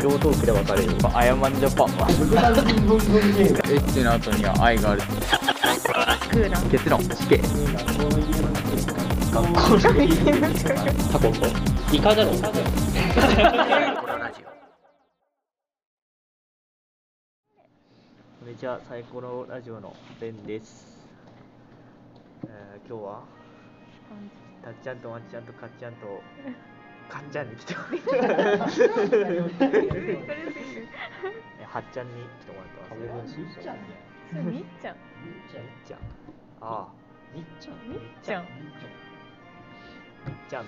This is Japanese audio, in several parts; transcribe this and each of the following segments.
上トークで分かるにアヤマンジャパンはエッチの後には愛がある結論死刑タコとイカだろメジャー最高のラジオのベンです、えー今日はたっちゃんとわんちゃんとかっちゃんとかっちゃんに来てもらってえはっちゃんに来てもらってますねそれみっちゃん。みっちゃんああみっちゃん。みっちゃんでじゃあ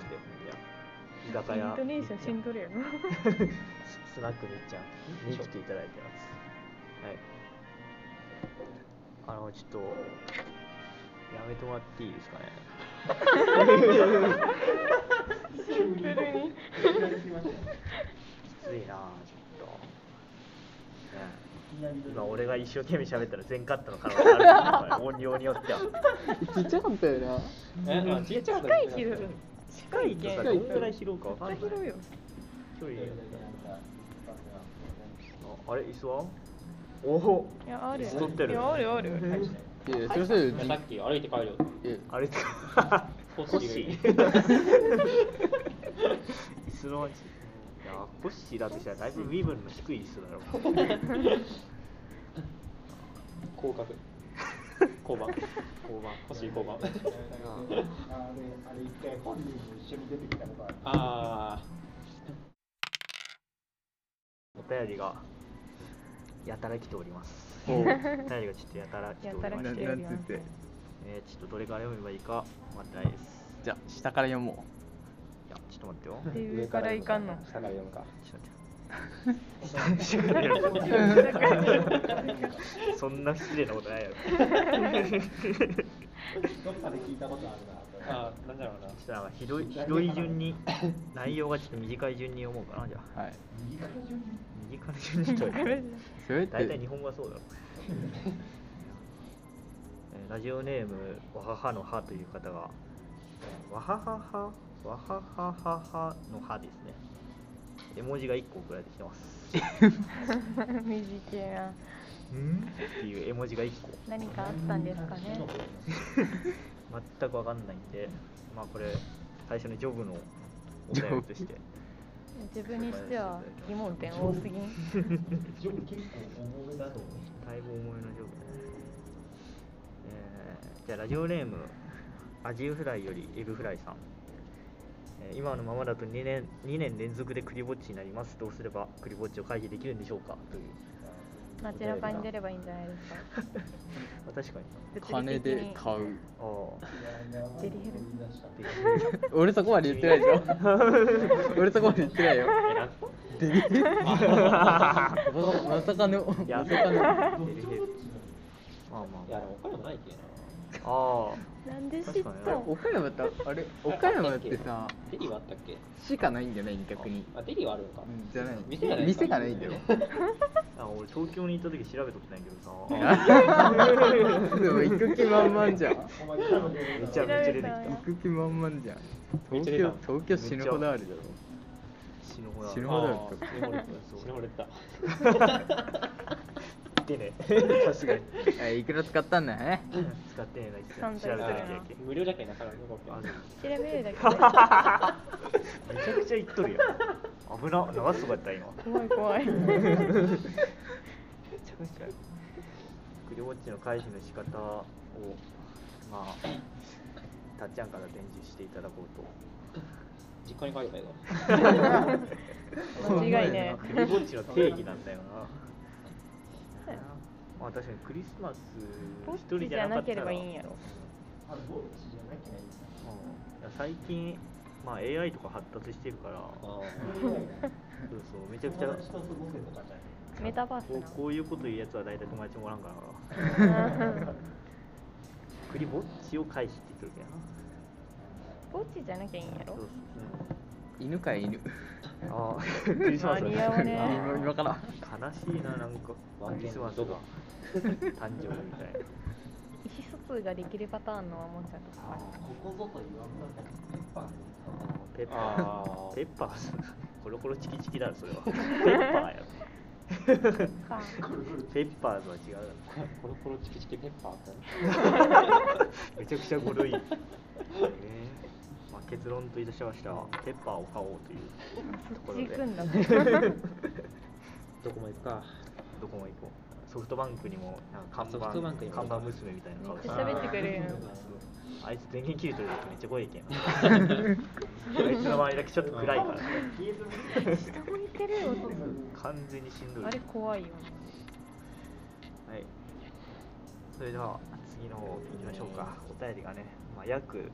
居酒イ屋ントネーションしんどるやろ。 ススナックみっちゃんに来ていただいてます。はい。あの、ちょっと、やめてもらっていいですかね。きついなあちょっと。ねえ今俺が一生懸命喋ったら全カットの可能性あるから 音量によってはちっちゃかったよな近い広い。近いとさどんくらい拾うかわかんない広いよ。広いよああれ椅子はおおいや、あるや撮ってるいや、あるある。いやそれそれさっき歩いて帰るよあれかココッッシシーー椅子のいやコッシーだとしたらだいぶ身分の低い椅子 だろ広角交交番番コッシー交番あれ、あれ一回本人も一緒に出てきたことある。あお便りがやたら来ておりますーおおう便りがちょっとやたら来ておりまやたらして来ておりなんつってえー、ちょっとどれから読めばいいか分かんないですじゃあ下から読もいやちょっと待って よで、上からいかんの。下から読むかちょっと待ってそんな失礼なことないやろどっかで聞いたことあるな。それあーなんだろうなじゃあひどいひどい順に内容がちょっと短い順に読もうかなじゃあうはい短い順にというかそれっ大体日て本語はそうだろえーラジオネームわははのはという方がえーわはははわははははのはですね絵文字が1個送られてきてます短いな。んっていう絵文字が1個何かあったんですかね。全くわかんないんでまあこれ最初のジョブのお便りとして自分にしては疑問点多すぎん。ジョブ結構重めだと思う。だいぶ重めのジョブだね、えーじゃあラジオネームアジウフライよりエグフライさん、えー今のままだと2年 ,2 年連続でクリぼっちになりますどうすればクリぼっちを回避できるんでしょうかという 街中に出ればいいんじゃないですか。まあ確かに金で買うああデリヘル。俺そこまで言ってないでしょ 俺そこまで言ってないよデリヘルまさかまさかの い やまさかのデリヘルまあまいやでも岡山ないけなあああなんで知ったん岡山ってあれ岡山ってさデリはあったっけ市がないんじゃない逆にあデリはあるのかうんじゃない店がない店がない んだよあ俺東京に行った時調べとってないけどさでも行く気満々じゃんお前多分ねめちゃめちゃ出てきた行く気満々じゃんめっち東ゃ出た京東京死ぬほどあるだろ死ぬほどあ死ぬるほどあー死ぬほど死ぬほど言った行ってね確かにえいくら使ったんだね使ってねえな散一切調財するべなた時だけ無料じゃけんなから残あって調べるめだけちゃくちゃ言っとるよ。危な、流すとかやった今。めで。怖い怖い。ちゃくちゃ。クリぼっちの回避の仕方を、まあ、たっちゃんから伝授していただこう実家に帰ればいいわ間違いねと。。クリぼっちの定義なんだよな。まあ確かにクリスマスぼっ一人ちじじゃゃなかなったけれらばいいんやろ。あれ、ボッチじゃなきゃいいな。うんいや最近、まあ、AI とか発達してるからそうあそうめちゃくち友ゃ達と過ごせとかじゃない。メタバースこうな。こういうこと言うやつは大体友達もおらん からなクリぼっちを回避って言ってるぼっちじゃなきゃいいんやけどなろそう。そうそう犬かい犬ああ、クリスマスだ間に合わね今 今から 悲しいな、なんか、ワンクケリンスのマスどがこ 誕生日みたいな。意思疎通ができるパターンのもんちゃんとかここぞと言わんばかり。ペペッッパーパー、あ ーペッパーズ、コロコロチキチ キだろそれはペッパーやろかペッパーとは違うだろコロコロチキチキペッパーってめちゃくちゃごろ い、ねまあ、結論といたしましてはペッパーを買おうというとこそっろち行くんだで どこも行くかどこも行こうソフトバンクにもなんか看板ソフトバンクにも看板娘みたいな顔めっちゃ喋ってくれるよあいつ電源切れてる時めっちゃ怖いけん あいつの周りだけちょっと暗いから下向いてるよ完全にしんどいあれ怖いよはい。それでは次の方行きましょうか。お便りがね、まあ、約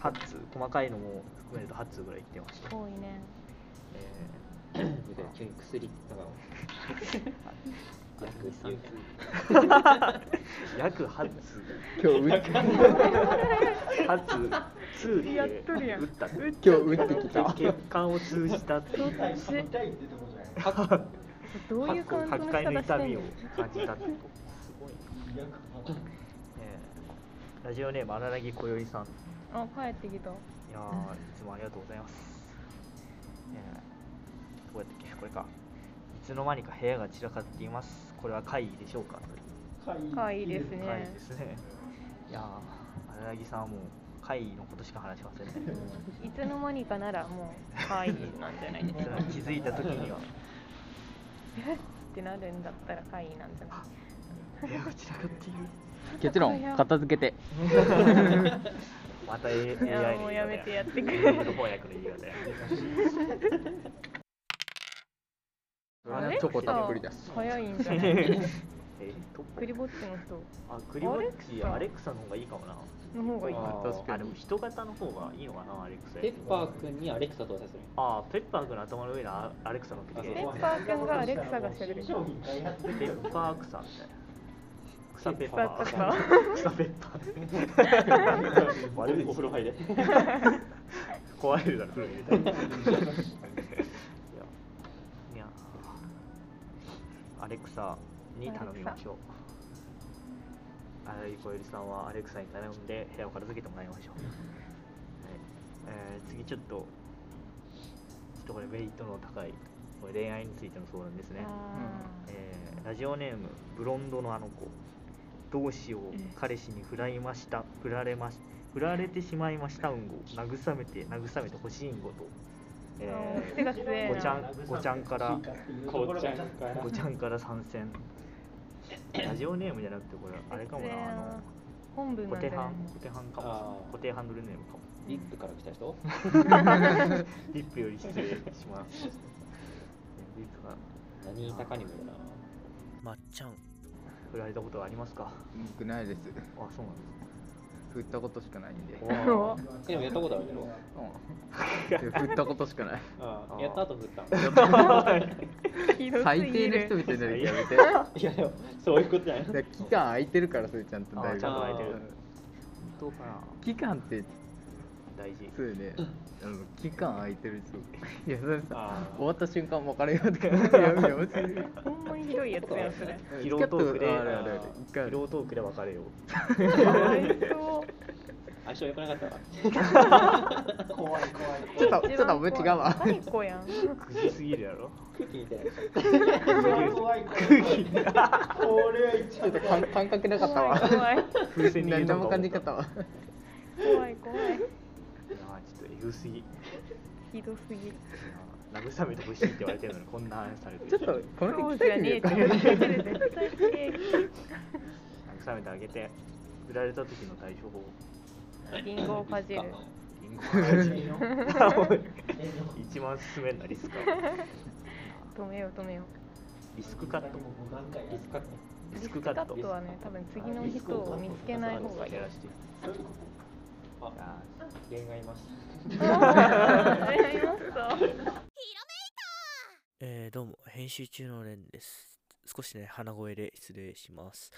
8通、細かいのも含めると8通ぐらい来てました。多いねえみたいな急に薬とかを薬っていうー、約8通、今日 打っ8通、通でやっとるやん打ったって。今日打ってきた血管を通じたっていう。痛い痛いってとこじゃないどういうカウントの8仕回の方して痛んのみを感じたってこと。すごいな。えーラジオネーム、荒ぎこよいさん。あ帰ってきたいやーいつもありがとうございます。えー、どうやったっけこれか。いつの間にか部屋が散らかっています。これは会議でしょうか可愛いですね会議ですね。いやー、荒木さんはもう会議のことしか話しませんね。いつの間にかならもう可愛いなんじゃないですそかの気づいた時には、ってなるんだったら可愛いなんじゃない部屋が散らかっている。結論片付けてまた AI の言いい方やもうやめてやってくれれ。翻訳の言い方や。あれチョコたっぷりだし早いんじ ゃないえー、とクリボッチの人あ、クリボッチ、アレクサアレクサの方がいいかもな。の方がいいあー確かあ、にでも人型の方がいいのかな、アレクサよペりも。ッパーくんにアレクサ搭載するああ、ペッパーくんの頭の上にアアレクサ乗っけてきてペッパーくんがアレクサが喋る商品開発ペッパー草みたいな。草ペッパパーー。草ペッパー。 悪いお風呂入れ壊れるだろ、風呂入れたら。いや、いやアレクサに頼みましょう。荒井小百合さんはアレクサに頼んで部屋を片付けてもらいましょう。はいえー次ちょっと、ちょっとこれ、ウェイトの高い、これ恋愛についての相談ですね。あえーラジオネームブロンドのあの子どうしよう彼氏に振られました振られまし振られてしまいましたうんご慰めて慰めてほしいんごと、あー癖が強えなごちゃんごちゃんからこうちゃんからごちゃんから参戦ラジオネームじゃなくてこれあれかも癖やなあなの本文固なんじ定ゃないハン固定ハンかもあー固定ハンドルネームかもリップから来た人リップより失礼しますリップが何高にもいるなまっちゃん振られたことはありますか僕ないですあそうなんですね振ったことしかないんでおーえでもやったことあるけどうん 振ったことし かないあやった後振ったのひどすぎる最低の人みたいなのやめていやでもそういうことじゃないだから期間空いてるからそれちゃんとあ大ーちゃんと空いてるあどうかな期間って大事そうよねあの期間空いてる人いやそれさあ終わった瞬間別れようとかやめやめてほんまにひどいやつやんそれ疲労トークであるあるある一回あ疲る労トークで別れ ようかわいそう相性良くなかったわ怖い怖いちょっとちょっとお前違うわ最高やん9時すぎるやろ空気みたいな怖い怖いこれは一ちょっと感感覚なかったわ怖い風船に入れたん何でかも思感ったじ方は怖い怖いいやーちょっとエグすぎいひどすぎやー慰めてほしいって言われてるのにこんな話されて ちょっとこの辺鍛えてみようかそうじゃねえって絶対平慰めてあげて振られた時の対処法気リンゴをかじるリンゴを 一番勧めんなリスカ止めよう止めよリスクカットリスカットうリスクカットリスはね多分次の人を見つけない方がいい やらしてああー恋愛マスあやりましたえーどうも、編集中のレンです。少しね、鼻声で失礼します。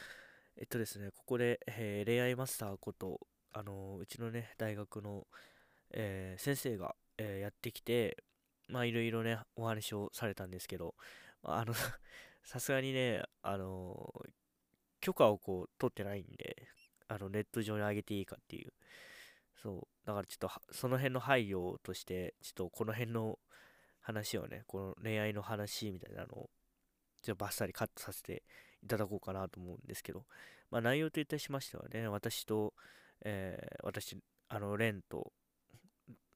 えっとですね、ここで、えー恋愛マスターこと、あのーうちのね、大学の、えー先生が、えーやってきて、まあ、いろいろね、お話をされたんですけど、まああの、さすがにね、あのー許可をこう、取ってないんで、あの、ネット上に上げていいかっていう。そう、だからちょっとは、その辺の配慮として、ちょっとこの辺の、話をねこの恋愛の話みたいなのをちょっとバッサリカットさせていただこうかなと思うんですけど、まあ、内容といたしましてはね私と、えー私あのレンと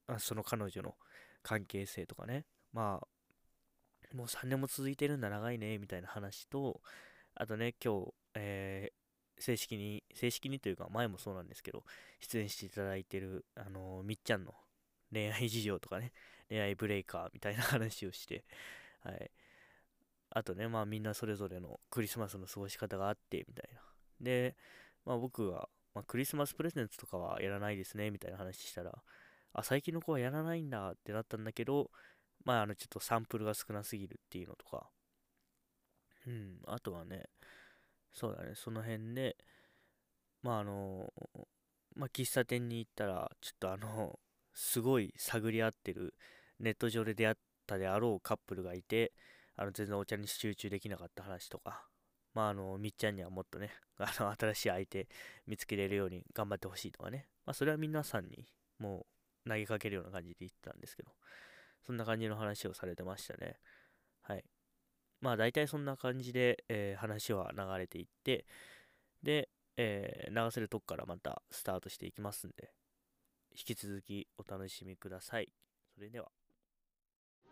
あその彼女の関係性とかねまあもう3年も続いてるんだ長いねみたいな話とあとね今日、えー正式に正式にというか前もそうなんですけど出演していただいてるあのみっちゃんの恋愛事情とかね恋愛ブレイカーみたいな話をして、はい、あとねまあみんなそれぞれのクリスマスの過ごし方があってみたいなで、まあ、僕は、まあ、クリスマスプレゼントとかはやらないですねみたいな話したらあ最近の子はやらないんだってなったんだけどまああのちょっとサンプルが少なすぎるっていうのとかうんあとはねそうだねその辺でまああのまあ喫茶店に行ったらちょっとあのすごい探り合ってるネット上で出会ったであろうカップルがいてあの全然お茶に集中できなかった話とかまああのみっちゃんにはもっとね あの新しい相手見つけれるように頑張ってほしいとかねまあそれは皆さんにもう投げかけるような感じで言ってたんですけどそんな感じの話をされてましたねはいまあ大体そんな感じで、えー話は流れていってで、えー流せるとこからまたスタートしていきますんで引き続きお楽しみくださいそれでは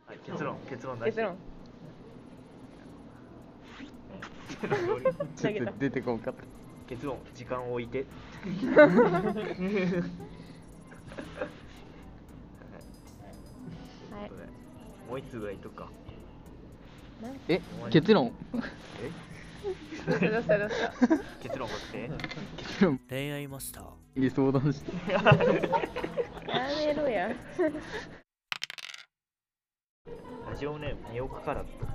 はい、結論、結論出し結 て論。ちょっと出てこんかった結論、時間を置いて。はい。もう一つぐらいいっとくか。え結論え どうしたどうしたどうした。結論持って。結論恋愛マスターに相談してやめろや。ラジオネーム、ニオクカラット。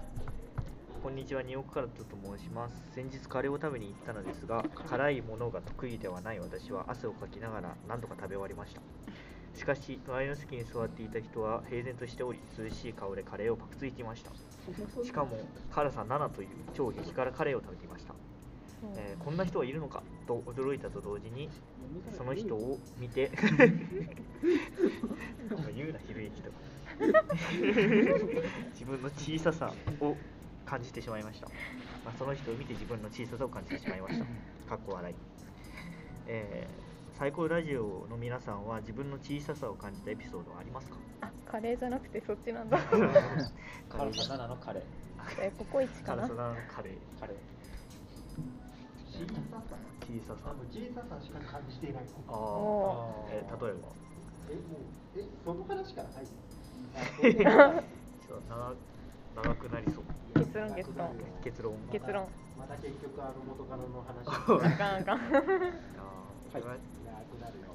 こんにちは、ニオクカラットと申します。先日カレーを食べに行ったのですが、辛いものが得意ではない私は汗をかきながら何とか食べ終わりました。しかし、隣の席に座っていた人は平然としており、涼しい顔でカレーをパクついていました。しかも、辛さ7という超激辛カレーを食べていました。えーこんな人はいるのかと驚いたと同時にその人を見て言うなひるゆきと自分の小ささを感じてしまいました、まあ、その人を見て自分の小ささを感じてしまいましたかっこ笑い、えー、最高ラジオの皆さんは自分の小ささを感じたエピソードはありますかあ、カレーじゃなくてそっち なんだ。辛さ7のカレー。え、ココイチか辛なさ。だのカレーカレー。小ささ小さあさの小ささしか感じていないあーおえー例えばえもうえその話から入るちょっと長長くなりそうー結論結論。結論結論。また結局あの元カノの話あかんあかあん。ーはいそれはなくなるよ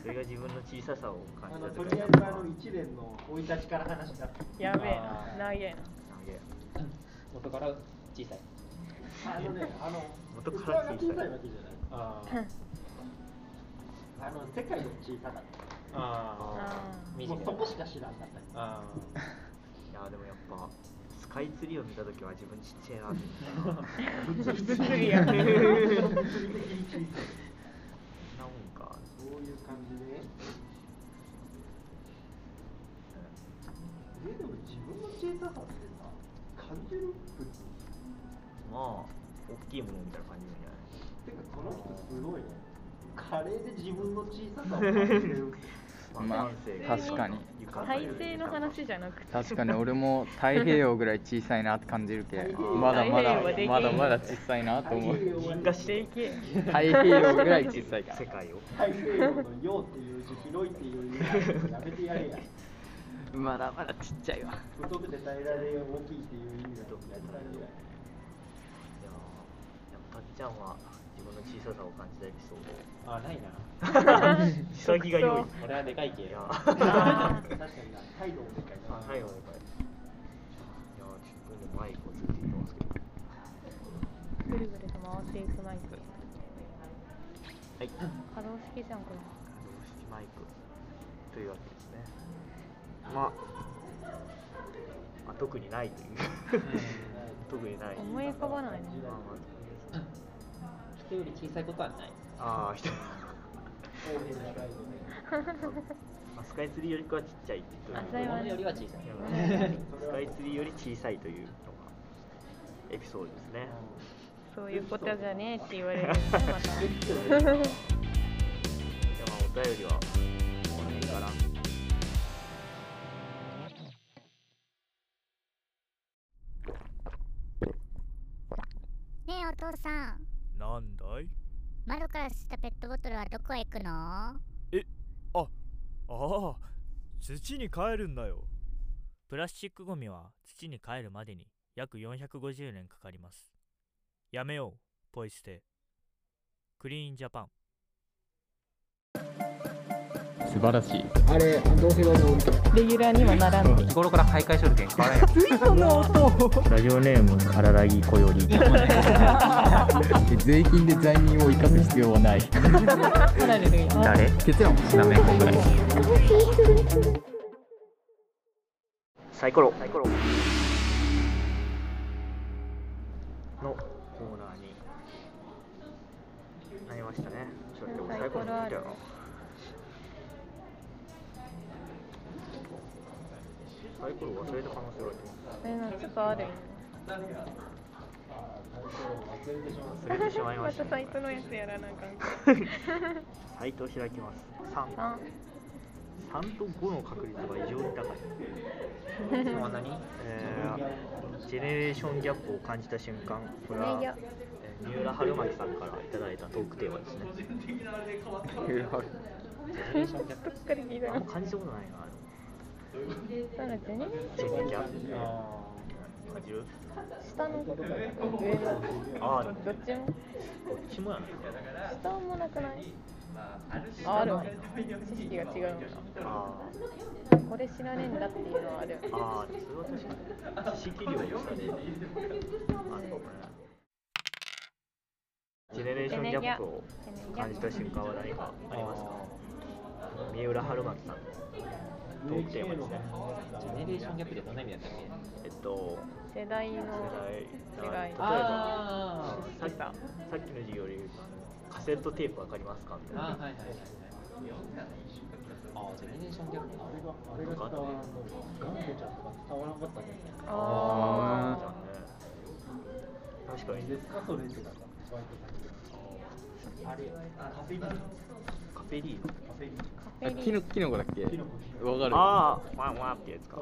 それが自分の小ささをあ感じのたと時りにあえずあの一連の生い立ちから話したやべえな。投げえな。投げ元から小さい。あのねあの元から小さい器が小さいわけじゃないああの世界の小さかったあ。あああ。もう短いそこしか知らんかったりああ。いやでもやっぱスカイツリーを見た時は自分ちっちゃいなって思ったなあ。物理や。物理的に小そんなさいもんかそういう感じでえでも自分の小ささってさ感じる普通まあ大きいものみたいな感じなんじゃないてかこの人すごいねカレーで自分の小ささを感じるまあ感性が確かに床と体いう勢の話じゃなくて。確かに俺も太平洋ぐらい小さいなって感じるけまだまだ太平洋まだまだ小さいなと思う太平洋は銀河してでけえ。太平洋ぐらい小さいから世界を太平洋の「洋」っていう字広いっていう意味やめてやれやまだまだちっちゃいわ太くて平らで大きいっていう意味だとやったらいいいわやーでもたっちゃんは自分の小ささを感じたエピソードああ、ないな。下着が良い俺はでかいけいやよ。ーあ確かにな態度もでかいなあ最後の回いやーちょっとねマイクをずっと言ってますけどーぐるぐると回っていくマイク。はい可動式じゃんこれ。動式マイクというわけですね。まあ、まあ、特にないという。 特にない。思い浮かばないね。まあま人より小さいことはない。あ、ああ、人。大変な態度であ まあスカイツリーよりかはちっちゃいというあそれは物よりは小さい。スカイツリーより小さいというのがエピソードですね。そういうことじゃねえって言われるんですねまた。じゃあまあお便りはこの辺から。ねえお父さんなんだい窓から捨てたペットボトルはどこへ行くのああ土に帰るんだよプラスチックゴミは土に帰るまでに約450年かかりますやめようポイ捨てクリーンジャパン素晴らしいレギュラーにもならん。日頃から徘徊処理券買わないラジオネームかららぎこより。税金で罪人を生かす必要はない取られるよ。誰？結論なめこぐらいサイコロ。サイコロ。のコーナーになりましたね。ちょっと待ってサイコロサイコロ見たよなサイコロ忘れた可能性がある。それのちょっとあるよね。忘れてしまいまましたたね、 サイトのやつやらなんかん。 サイトを開きます。三。あ、三と五の確率が異常に 高い。今は何えー、ジェネレーションギャップを感じた瞬間、これは、いやえー三浦春馬さんからいただいたトークテーマですね。どっかで聞いたあんのま。感じたことないな。なんかジェネレジーシェョネンギギャャップッあ感じるプ下のことだよ上のああ、どどっちもっちもやな。下もなくないああるわ知識が違うのあこれ知らねえんだっていうのはあるあ、ああ、それは確かに。知識量をしたね。あのねジェネレーションギャップを感じた瞬間は何かありますか三浦春馬さんのトークテーマですね。ージェネレーションギャップってどんな意味だったっけえっと、世代の世代世代例えばあさっきさっきの授業で言うとあのカセットテープわかりますかみたいあなはいはいはいはいあージェネレーションギャップなあれが伝わらんのガンコちゃんとか伝わらんかったねあじゃあね確かにですかそれってなったバイト先であれカフェリーカカペリーノフェリーーフェ キリーノキノコだっけキノコわかるああワンワンってやつか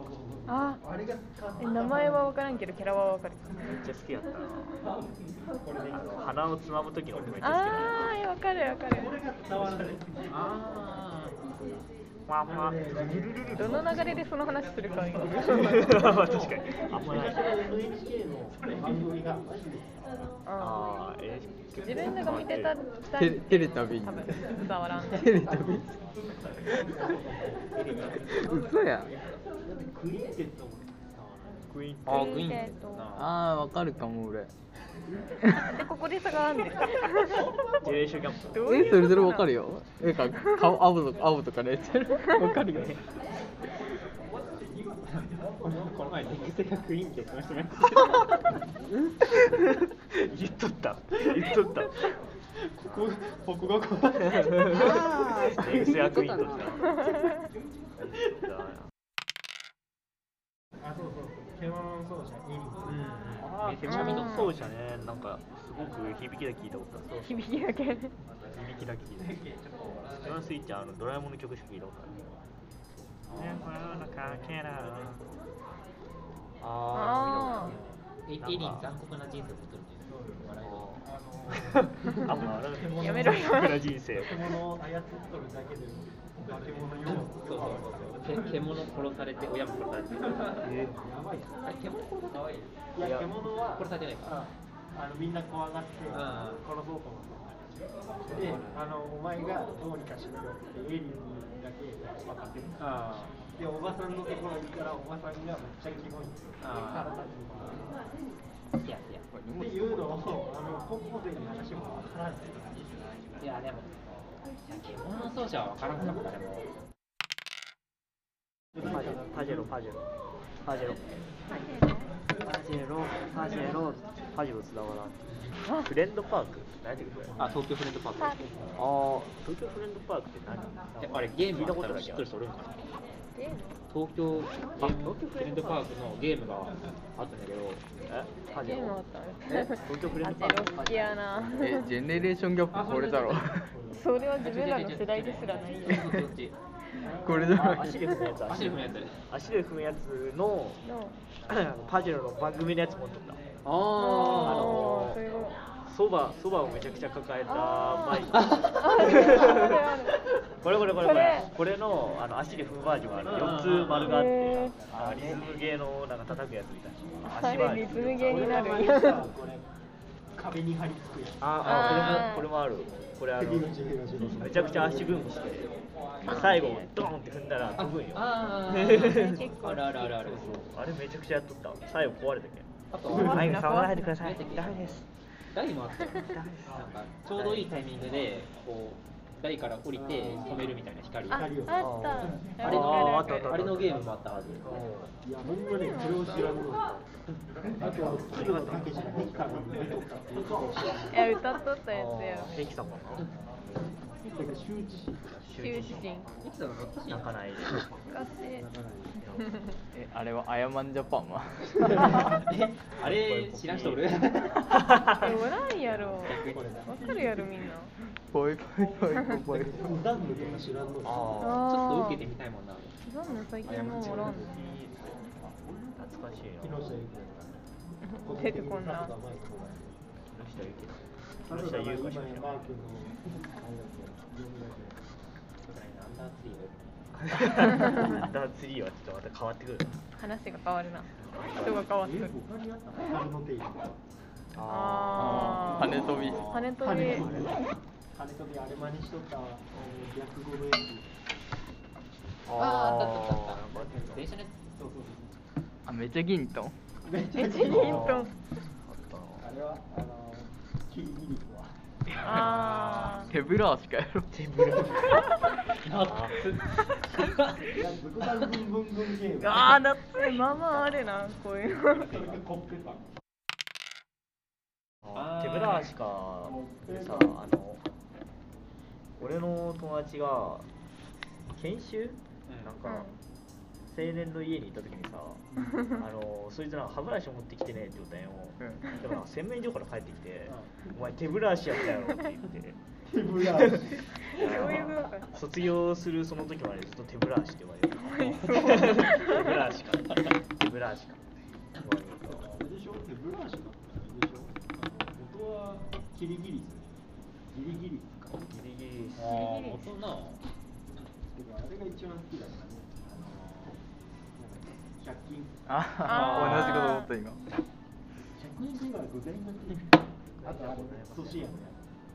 ああれが使え名前は分からんけどキャラは分かるめっちゃ好きやったなあの鼻をつまむ時の音めっちゃ好きやあー分かる分かる伝わらないあったワンワンってどの流れでその話するか今 確かにあんまない昔は NHK の番組がマジでああーえー自分らが見てたテレテレタビ多分伝わらんテレタビ嘘やクリエイテッドもクイーンあーグイーンえーとああわかるかも俺でここで差があんねんジェネレーションギャップどういうえそれぞれわかるよえか顔青と青とかね わかるよねこのこの前、適正がクイーンって言ってましたね。言っとった言っとったここ、ここがこう。エクセアクイーンとしたあ、そうそうそう。ケモン奏者、イうン。ん、セミナミの奏者ね、なんかすごく響きだけ聞いたことある。響きだけ響きだけ聞いた。セマスイッチはあのドラえもんの曲しか聞いたことある。ね、これはなんかけな。ああーエイティリン残酷な人生を送ってるんですよ笑いをー。あ、もうあれ。やめろよ僕ら人生。獣を操っとるだけで、化け物よ。そうそうそうそうけ獣殺されて親も殺されてえやばいな。あれ獣殺されていや、獣は、殺されてないかうんあの、みんな怖がって、殺そうと思って。で、あの、お前がどうにかしろよって、エイリアンだけ分かってる。あで、おばさんのところに行ったら、おばさんがめっちゃキモいんですよ。あー体に。あいやいやっていうのをあの高校生に話も分からない。いやでもいや獣奏者は分からんかったでもパジェロ、パジェロ、パジェロ。パジェロ、パジェロ、パジェロ、パジェロ津田原。フレンドパーク何ていうこれああ、東京フレンドパークです。あー、東京フレンドパークって何であれ、ゲーム聞いたのここととない知ってる人おるんかなゲーム東京ゲームフレンドパークのゲームがあったんだけど、えパジゲーェムロあ。ったえね東京フレンあドゼパーロク好きやなえジェネレーションギャップこれだろそれは自分らの世代ですらないよどっち これだあろ足で踏むやつ、足足でで踏踏むむややつつ。あれ足で踏むやつの、のあのパジェロの番組のやつ持っとった。ああのそういうことそば、そばをめちゃくちゃ抱えたあバイーク。あるあるあるこれこれこれそこれれこれのあの足で踏むバージョンがある4つ丸があってあのリズム芸のなんか叩くやつみたあいな足れ回りリズムゲーになる俺の名前はこれ壁に張り付くやつあああーこれもこれもあるこれあの次の授業の授業めちゃくちゃ足踏みして最後ドーンって踏んだら飛ぶんよああ結構あるあるあるある。れめちゃくちゃやっとった最後壊れたけあと、んはい触らないでくださいダダメメですもあったよ。ダメですなんかちょうどいいタイミングでこう台から降りて止めるみたいな光あああったれのあーあったあったあれのゲームもあったはずいや、みんなね、それを知らんのだあとは、企業だけじゃなくて、多分見とったっていうかもしれないいや歌っとったやつやあー平気さんもだけど羞恥心羞恥心泣かないで昔えあれはアヤマンジャパンはえあれ知らん人おるえおらんやろわかるやろみんなぽいぽいぽいぽいダンムとか知らんのだああちょっとあ受けてみたいもんなーなんなん最近もうおらんの懐かしい木な下ゆき出てこんな木下ゆきあの木下人は今ゆやう子マーちゃん君のあれだアンダーツリー ダーツリーはちょっとまた変わってくる話が変わるな人が変わっけてどる他にあったの金の手入れああ羽飛び羽飛び金飛びあれ真似しとったあの逆語のやつああああったあったあったあった電車のやそうそうそあめちゃ銀とうめっちえゃチリントンあれはあのキリギリスはあ手ぶらしかやろいやブクバンブンブンブンゲームーああ夏まあまああれなこういうのそれがコッペパンあー手ぶらしかでさあの俺の友達が研修なんか青年の家に行った時にさあのそいつら歯ブラシを持ってきてねって言ったんよだから洗面所から帰ってきて「お前手ブラシやったやろ」って言って手ぶら足そういう文化卒業するその時までずっと手ブラシって言われる手ブラシか手ブラシかあれでしょ手ブラシだったらあれでしょあの元はキリギリスギリギリスかギリギリつあー元けどなあれが一番好きだからねあのーなんか100均ああー同じこと思った今100均では具材になってるあとあれ寿司屋のや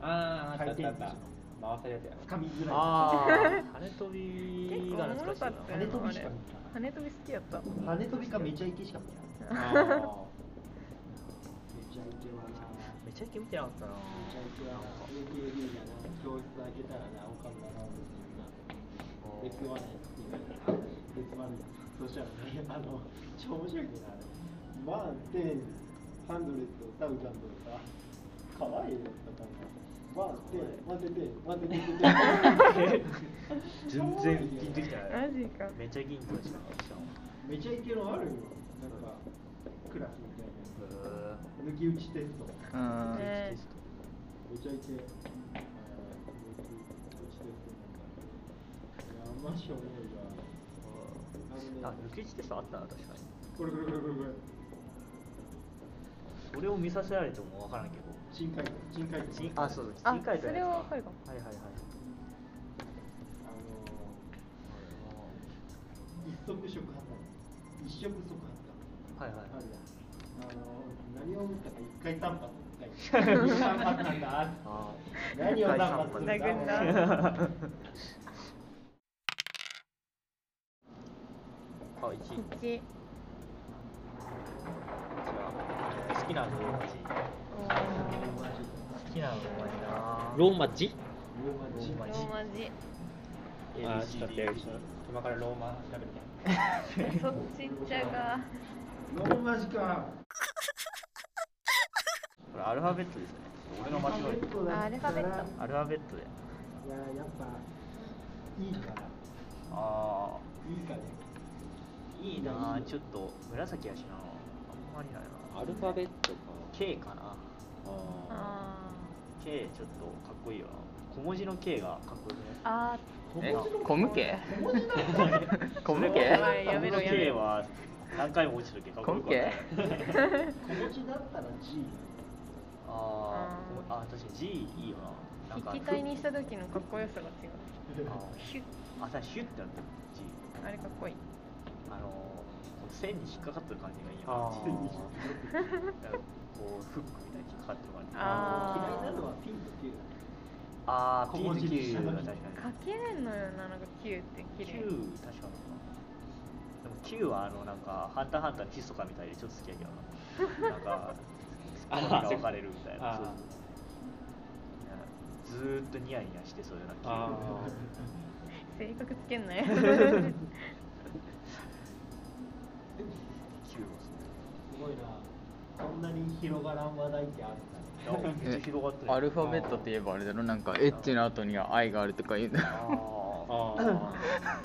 あーあったあった回転あっ寿司た回せるやつやつ噛みづらいああ羽飛びが懐かしいな結構おもろかったよ羽飛びしか羽飛び好きやった見た羽飛びかめちゃイケしか見たあーめちゃイケはなめちゃイケ見てなかったなめちゃイケはな AKB がな教室開けたらなおかんがなで食わないっていうでつまんないそしたらねあの超面白いけどなあれまあ10ハンドレッドタウザンドとか可愛いやつだからまあで待てて待ててて て全然ピンときてなマいジかめちゃ銀行でしたへめちゃイケのあるよなんかクラスみたいなやつ抜き打ちテストうーんねめちゃイケえー抜き打ちテストなんかいやあんましょうねえあ抜き打ちテストあったな確かにこれこれこれこれこれそれを見させられてもわからんけど深海深海ちあそうそうあ金海それはわかるかもはいはいはいあのー、一足食派だ一食即発はいはいだあはいるやんあのー、何を思ったか一回三発一回二三発なんだあ何を三発するんだ殴んだあ1位こ一ちら好きなのローマ字好きなのローマ字なローマ字ローマ字ローマ字あーちょっと待って今からローマ調べるねそっち行っちゃうか。マジか。これアルファベットですね。俺の間違い。アルファベットアルファベットで。いや、やっぱ、いいから。あいいから。あ、いいなあちょっと紫やしな。あんまりないな。アルファベットか K かな。ああ K ちょっとかっこいいよな。小文字の K がかっこいいね。ーあえ小向け小向ー。やけばいやめろやめ K ろ。は何回も落ちるけどかっこ小よ向かったけね。小文字だったら G。あーあ、確かに G いいよな。なんか引き体にした時のかっこよさが違う。あヒュッあ、さ、ヒュッてなってる G。あれかっこいい。あのー、こう線に引っかかってる感じがいいよあな。ー G になんかこう、フックみたいに引っかかってる感じ。あー嫌いなのはピンと Q。あー、小 P と文字に Q したが時確かに。かけれんのよな、なんか Q って綺 Q 麗。確かに。でも Q はあのなんかハンターハンターのヒスとかみたいでちょっと好きやけどな。なんか好みが分かれるみたいな。あそうずーっとニヤニヤしてそうよな。Q あ性格つけんな よ。 Q もそうすごいな。こんなに広がらん話題ってあるんだね。いやめっちゃ広がってる。アルファベットって言えばあれだろなんかエッチの後には愛があるとか言うのあーあ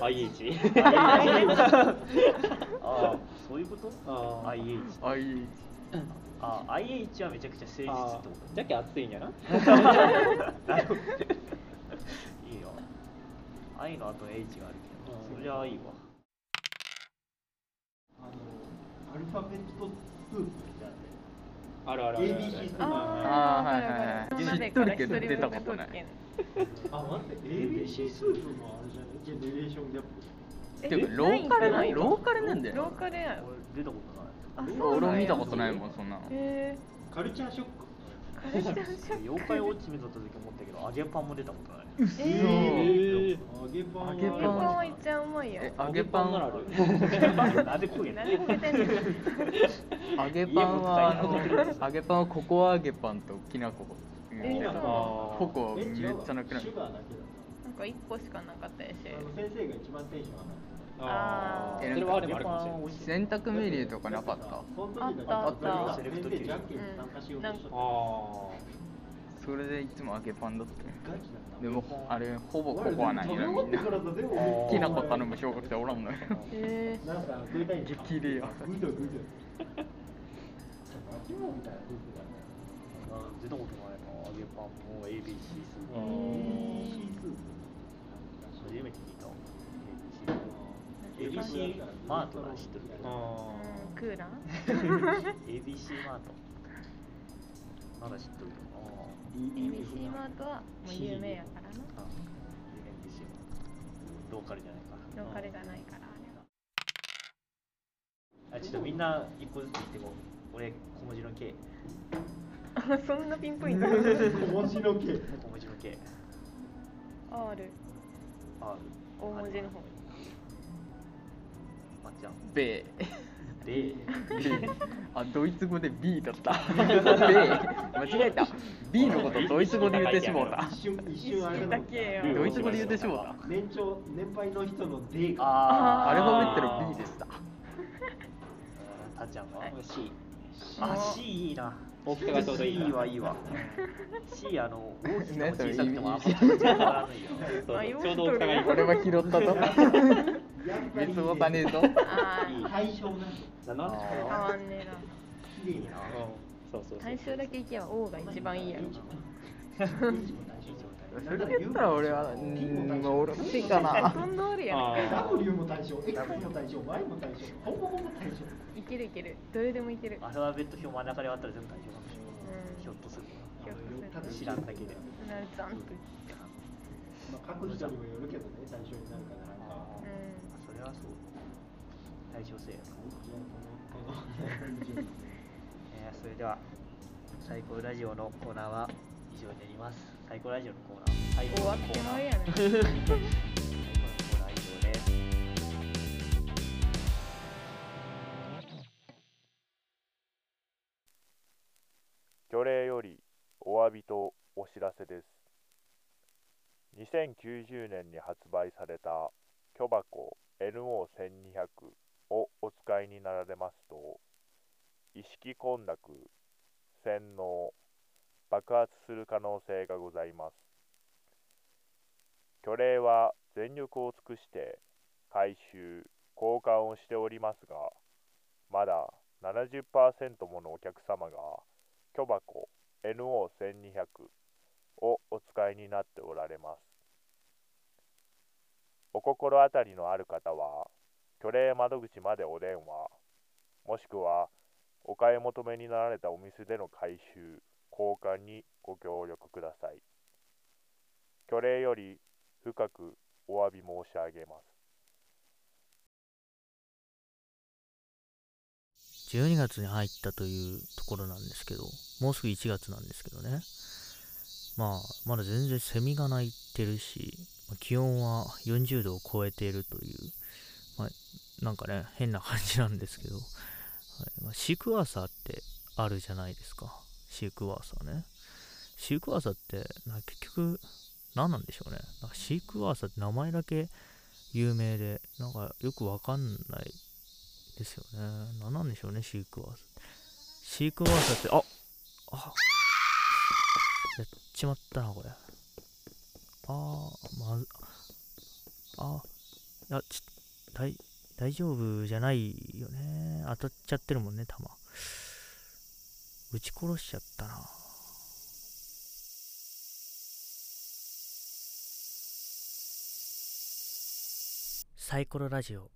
あ IH あー、そういうことああ ?IH。愛あー、IH はめちゃくちゃ誠実ってあこーじゃけ熱いんやなと。なるほど。 いいよ。I の後の H があるけあど、ーそりゃいいわ。あの、アルファベットスープってあって。あるあるあるある ABC スープ。あーあーはいはいはいその鍋知っとるからけど一人分出たことないが届けんあ、待って、ABC スープもあるじゃないジェネレーションギャップ。えてかローカルなないローカルなんだよローカルや俺出たことない。 あそう俺なもん見たやことないもんそんなのへえカルチャーショック。カルチャーショック妖怪ウォッチ見とった時思ったけど揚げパンも出たことないえ揚えげパンは揚ー、げパ揚げパンンは一番うまいよえ揚げパンならあ揚るなんでこうや何焦げてんのげパンはあ家持って帰っての揚げパンはココア揚げパンときなこえーそうココアめえっ違うわちゃなくなシるュガーだけだなんか一個しかなかったやしったあの先生が一番テンション上がったああえそれはあれもあるかもしれない洗濯メニューとかなかったその時だけあったあった先生じゃんけんに参加しようとしとったあそれでいつも揚げパンだったガチだったでもあれほぼココアなんやなみんななきなこ頼む小学生おらんのよえなんか食いたいんだ激レアグイドグイドマジモみたいな出てたね出たことないな揚げパンも ABC スープーうーんシースー初めて聞いたわ ABC プ ABC マートな知ってるけどあうんクーラ ABC マートまだ知っとるけどなー ABC マートはもう有名やからなあ ABC マートローカルじゃないかローカルじゃないからあれはあちょっとみんな一個ずつ言ってこう俺小文字の K あそんなピンポイント面白系小文字の K R R 大文字の方まっちゃんベでーあドイツ語で B だった ベー間違えた B のことドイツ語で言ってしもうた一瞬一瞬あれだだもんなけよドイツ語で言ってしもうた年長年配の人の D があアルファベットの B でしたたっちゃんははい C ああ C いいな大きさがちょうどいいな C はいいわ C あの大きくてもねそれ小さくてもあんま意味変わらないよーそうあそうよちょうど大きさがいい俺は拾ったぞやっぱり別語さねえぞあいいー対象なんだだあな変ーわんねえな綺麗なうんそうそうそう大衆だけ行けば O が一番いいやろそれで言ったら俺はうーんまあ俺も C かな飛んどるやんあー W も対象、X も対象、Y も対象、ほぼほぼ対象。いけるいけるどれでもいけるアルファベット表真ん中で割ったら全部大丈夫かもしうんれないひょっとするひょっあの知らんだけで。なるジャンプまあ、各人にもよるけどね、対象になるから。あーうんそれはそう対称性やなえーそれでは最高ラジオのコーナーは以上になります最高ラジオのコーナー最終高わのっコてーナまうーやな最高のコーナー以上です除霊よりお詫びとお知らせです2090年に発売された巨箱 NO1200 をお使いになられますと意識混濁洗脳爆発する可能性がございます巨霊は全力を尽くして回収交換をしておりますがまだ70%ものお客様が巨箱 NO1200 をお使いになっておられますお心当たりのある方は巨霊窓口までお電話もしくはお買い求めになられたお店での回収交換にご協力ください巨霊より深くお詫び申し上げます12月に入ったというところなんですけど、もうすぐ1月なんですけどね。まあ、まだ全然セミが鳴いてるし、まあ気温は40度を超えているという、まあ、なんかね、変な感じなんですけど、はいまあシークワーサーってあるじゃないですか。シークワーサーね。シークワーサーって、な結局、何なんでしょうね。なんかシークワーサーって名前だけ有名で、なんかよくわかんないですよね。何なんでしょうね、シークワーサー。シークワーサーって、ああやっちまったな、これ。あー、まず、あー、いや、ちょ大、大丈夫じゃないよね。当たっちゃってるもんね、弾。撃ち殺しちゃったな。サイコロラジオ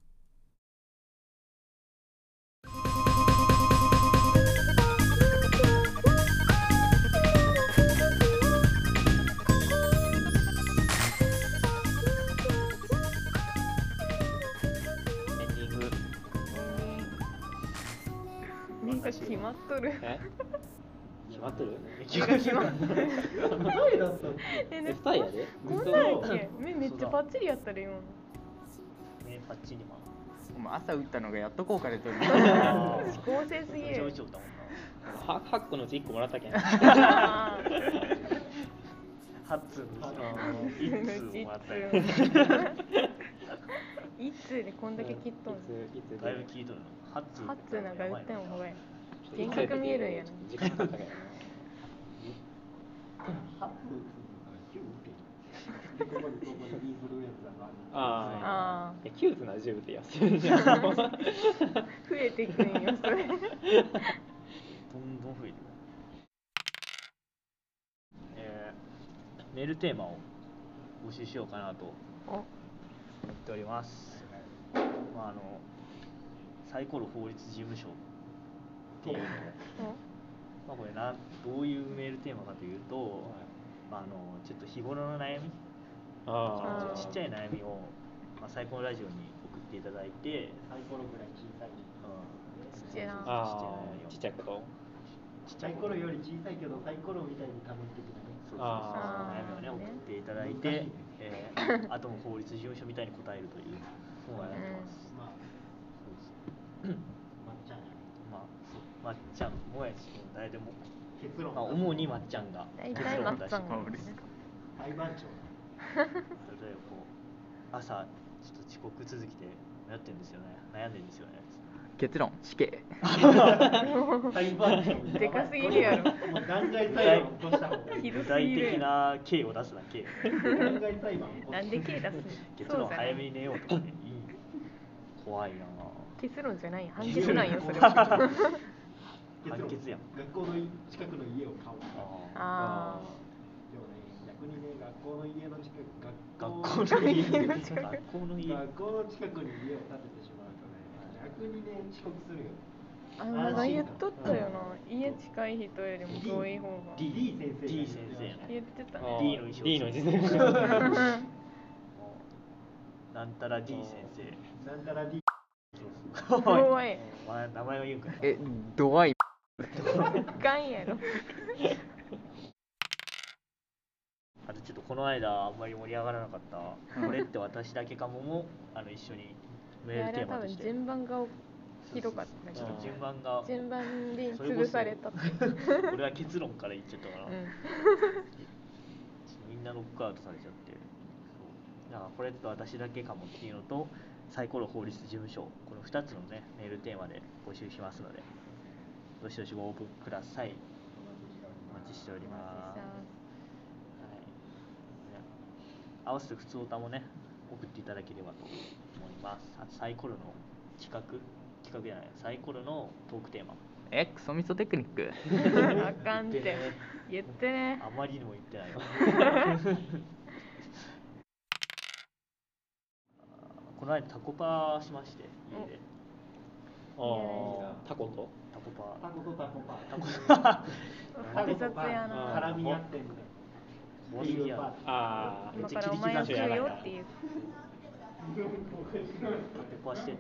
エンディングなんか決まっとる。え決まっとる決まっとる。二重だったのええ二重やでこんなんやっけ目めっちゃパッチリやったら今の。目パッチリマンお前朝打ったのがやっと効果出てる合成すぎめちゃめる。ちゃ打ったもんなは8個のうち1個もらったけんあ8通のうち1通もらったよ一ーいつでこんだけ切っとんの。いついつだいぶ聞いとるの8通ハッツなんか売ってんほうがいい。い幻つやったっけ覚見えるんやな。時間かかったけどなハブ打つのが9でここにここにインフルエンザがあるあああ。キューズな銃ってやつ。は増えていくんよそ れ。どんどん増えてるえー、メールテーマを募集しようかなとお思っております、まあ、あのサイコロ法律事務所っていうので、まあ、これなどういうメールテーマかというと、まあ、あのちょっと日頃の悩みあーちょっとちっちゃい悩みを、まあ、サイコロラジオに送っていただいて、サイコロぐらい小さいうんちっちゃいなああ、ちっちゃいこと。ちっちサゃイいコ頃ロよよりり小さいけどサイコロみたいに多分的なねそうそうそうあー悩みをね送っていただい難していね、えー、あとも法律事務所みたいに答えるというのをやってます、まあまっちゃんやねまあそうまっちゃんもやし誰でも、結論まあ、主にまっちゃんが大体まっちゃんが結論を出して裁判長例えばこう朝ちょっと遅刻続きで迷ってるんですよね悩んでるんですよね結論死刑裁判長でかすぎるやろもう弾劾裁判起こした方がいいひどすぎ具体る的やん。な刑を出すだけ弾劾裁判起こした方がないんいでケイ出すの。結そう論じゃ早めない。に寝ようとかねいい怖いな結論じゃない。判決なんよそれ は。あ結論判決やん学校の近くの家を買おうああ。でもね逆にね学校の家の近く学校の家学校の家学校の近くに家を建ててしまうとね逆にね遅刻するよあのなんか言っとったよな。家近い人よりも遠い方が。 D, D 先生 D 先生やね言ってたね。あー D の衣装 D の衣 装もうなんたら D 先生なんたら D 怖い。お前名前を言うんかなえドアイガンやろ。あとちょっとこの間あんまり盛り上がらなかった「これって私だけかも」もあの一緒にメーあルテれーマ多と分して順番がひどかっちょたっと順番が 順番で潰されたって。 俺は結論から言っちゃったから、うんみんなロックアウトされちゃってそうだからこれと私だけかもっていうのとサイコロ法律事務所この2つのねメールテーマで募集しますのでどしどしご応募くださいお待ちしておりますはい合わせて普通歌もね送っていただければと思いますあサイコロの企画企画じゃないサイコロのトークテーマえクソミソテクニック あかんって言ってねあまりにも言っ てないわこの間タコパしまして家でああタコとタコパタコとタコパタコ タコ複雑やな絡み合ってんだよボリビアああ今からお前を食うよっていうタコパしてて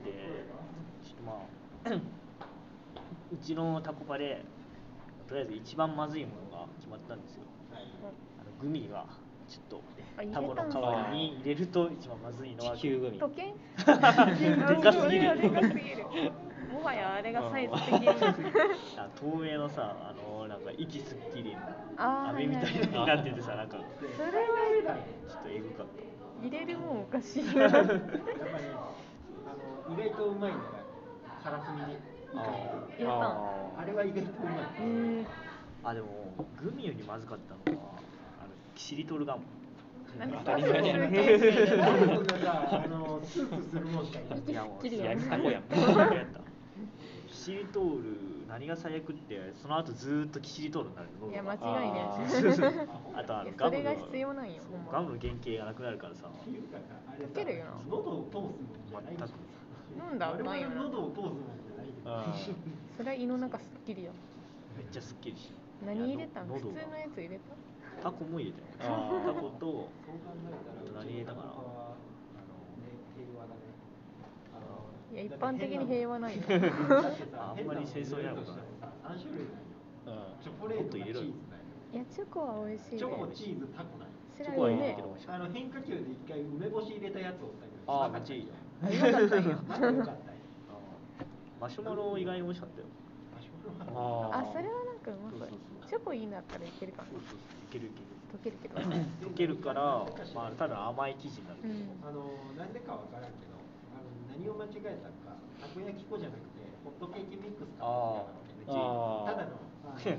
ちょっとまあうちのタコパでとりあえず一番まずいものが決まったんですよあのグミがちょっあ入れとたタんコだの代わりに入れると一番まずいのは地球グミ時計でかすぎるあでかすぎるもはやあれがサイズ的にあ透明のさあのなんか息すっきりのあー飴みたいになっててさなんかそれはちょっとエグかった入れるもんおかしいなやっぱりあの意外とうまいのがからすみにあやったんあれは意外とうまいえーあでもグミよりまずかったのはあのキシリトルガムなんか当たり前やんなんでそんなさあのスーツするもんじゃないいやもうキシリやん最悪やったキシリトール何が最悪ってその後ずーっとキシリトールになるのいや間違あいねああとあのいやガそムれのが必要なんよほんまガムの原型がなくなるからさ溶けるよな喉を通すもんじゃない全く飲んだらあかん我よ々な喉を通すもんじゃないよあそれは胃の中すっきりやめっちゃすっきりした何入れたんいや普の通喉のがやつ入れたタコも入れたよあターコとそう考えたら何入れたかなうちの子はあのね平和だねあのいや一般的に平和ないよだってさあんまり清掃やろうか三種類だようんチョコレートチーズだよいやチョコは美味しいねチョコチーズタコだよスラチョコはイいムいんねだけど美味しあの変化球で一回梅干し入れたやつをさあーめっちゃいいじゃあよかったよよんかったよマシュマロ意外に美味しかったよああそれはなんかうまそうそそううそうチョコいいなったらいけるかなそうそういけるいける溶けるけど溶けるから、まあ、ただ甘い生地になるけうど、んあのなんでかわからんけどあの何を間違えたのかたこ焼き粉じゃなくてホットケーキミックスかあなんかあただ あのあの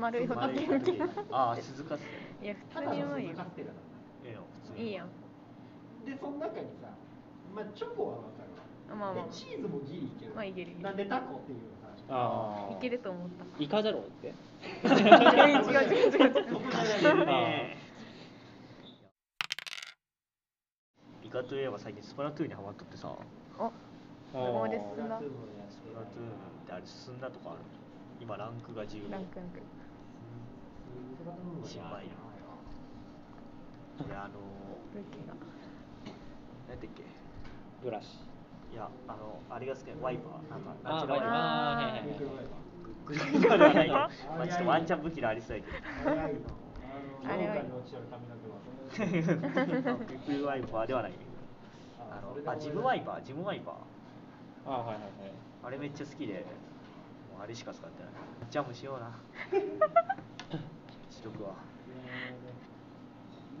丸 いほど丸いけるけどああ鈴鹿っすねいやた普だ通にうまのい鈴よカステラだったええよ普通にいいやんでその中にさまあチョコはわかるあまあわでまチーズもギリいけるまあいけるいけるなんでタコっていう話あああいあけると思 ったイカだろうって違う違う違う違うそこじゃないよねねイカといえば最近スプラトゥーンにハマっとってさおあそうですプラスのやつスプラトゥーンってあれ進んだとかある今ランクが15ランクンクプラスの新や米ついやあのルーキーがー、なんだっけブラシいやあのあれが好きなワイパーなんかあナあチュラルワイパーあはいはいミはクいロはウェーバーグリーンカラーないよまあちょっとワンチャン武器のありそうやけど早いの。ああれれははいい落ちちゃう髪の毛は。ビッグワイパーではないんだけどあのあジムワイパージムワイパあはいはいはいーあれめっちゃ好きでもうあれしか使ってないジャムしような しとくわ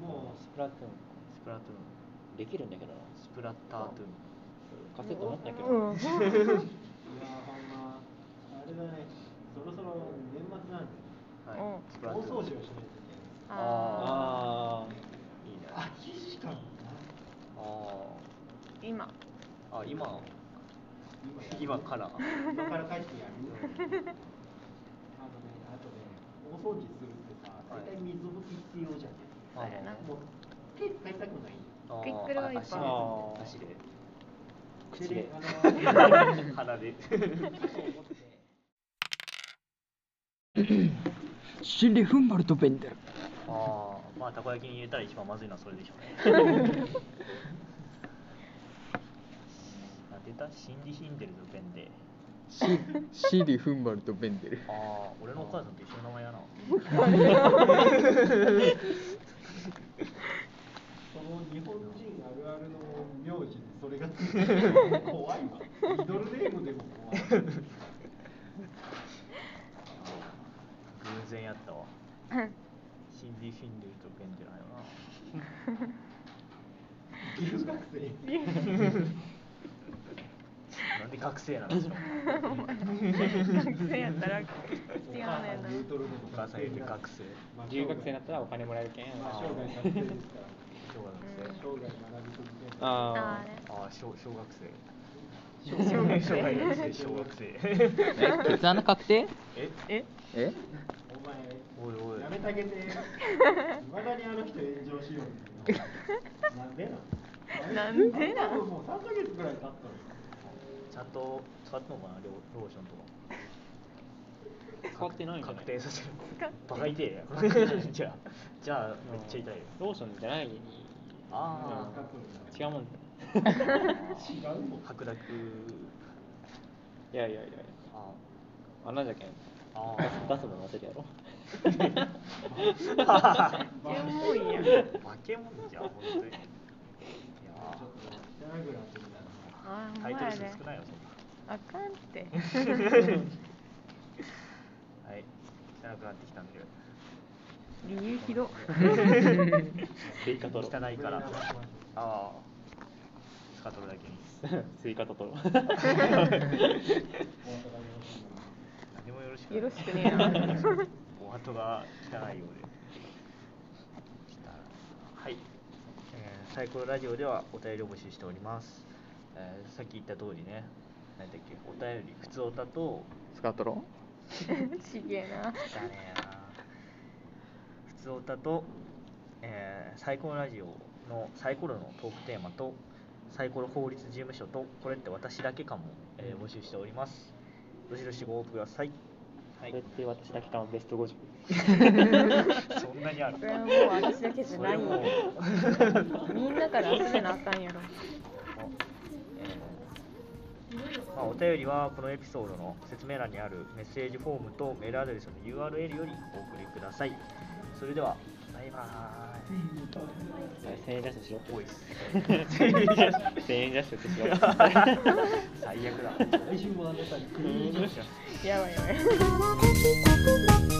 もスプラトゥーンスプラトゥーできるんだけどなンスプラッタートゥーンカセット持ったけど、うんう、いやー、ほんま、あれだね、そろそろ年末なんで、はいうんスプラ大トゥ掃除をーしないンといけない。ああいいねあ空き時間だな。ー今ーあ今今やる今から今から帰ってやる。あのね、あとね、大掃除するってさ、はい大体水も必要じゃああれなない。もう、手使いたくないよ。あクイックルワイパーあ足で口で あの足で鼻で死んでふんばるとベンデルああまあたこ焼きに入れたら一番まずいのはそれでしょうねあ出たシンディ・ヒンデルとペンでシリフンバルとベンデルああ俺のお母さんと一緒の名前やなその 日本人あるあるの名字にそれがついてる怖いわミドルネームでも怖い偶然やったわシンディ・ヒンデルとペンデルやな留学生なんで学生な学の生やったら必要ねんな。お母さん言って学生留学生になったらお金もらえるけん。まあ生涯学生ですから小学生生涯学び続けるあああ小小学小生小学学生生小学 生え決断の確定えええお前おいおいやめてあげていまだにあの人炎上しようよなんでななんんでなん多分もう3ヶ月ぐらい経ったのよちゃんと使ったのかなローローションとかあ、使ってないんだね確定させる使っバカ痛えや じゃあじゃあめっちゃ痛いよローションじゃない。あ使っ違うもん。たのよ違うもん白濁いやいやいや。ああ、なんじゃけん。あ出す出すの忘れるやろ。 注文やん。化け物じゃん本当にいちやょっと汚くなってきたなあーー、ほんタイまやトル数ね。少ないよそんあかんって。なはい汚くなってきたんで理由ひ ど。 スイカ取ろう。汚いからああスカトルだけに スイカ 取ろう。何もよろしくないよろしくねえな。お後が汚いようで汚いはい、えー、サイコロラジオではお便りを募集しております、えー、さっき言った通りね何だっけお便り普通おたとスカートロちげえな。だねえな普通おたと、えー、サイコロラジオのサイコロのトークテーマとサイコロ法律事務所とこれって私だけかも、えー募集しておりますどしどしご応募くださいこはいれって私だけかもベスト50。 そんなにあるそれはもう私だけじゃそなれいよも。みんなから集めなあかんやろ。まあ、お便りはこのエピソードの説明欄にあるメッセージフォームとメールアドレスの URL よりお送りください。それでは、バイバ千円ジャッシュしろ。ーイ。おいっす千円ジャッシュってしろ。 最悪だ。来週もあなたに来るやばいやばい。たく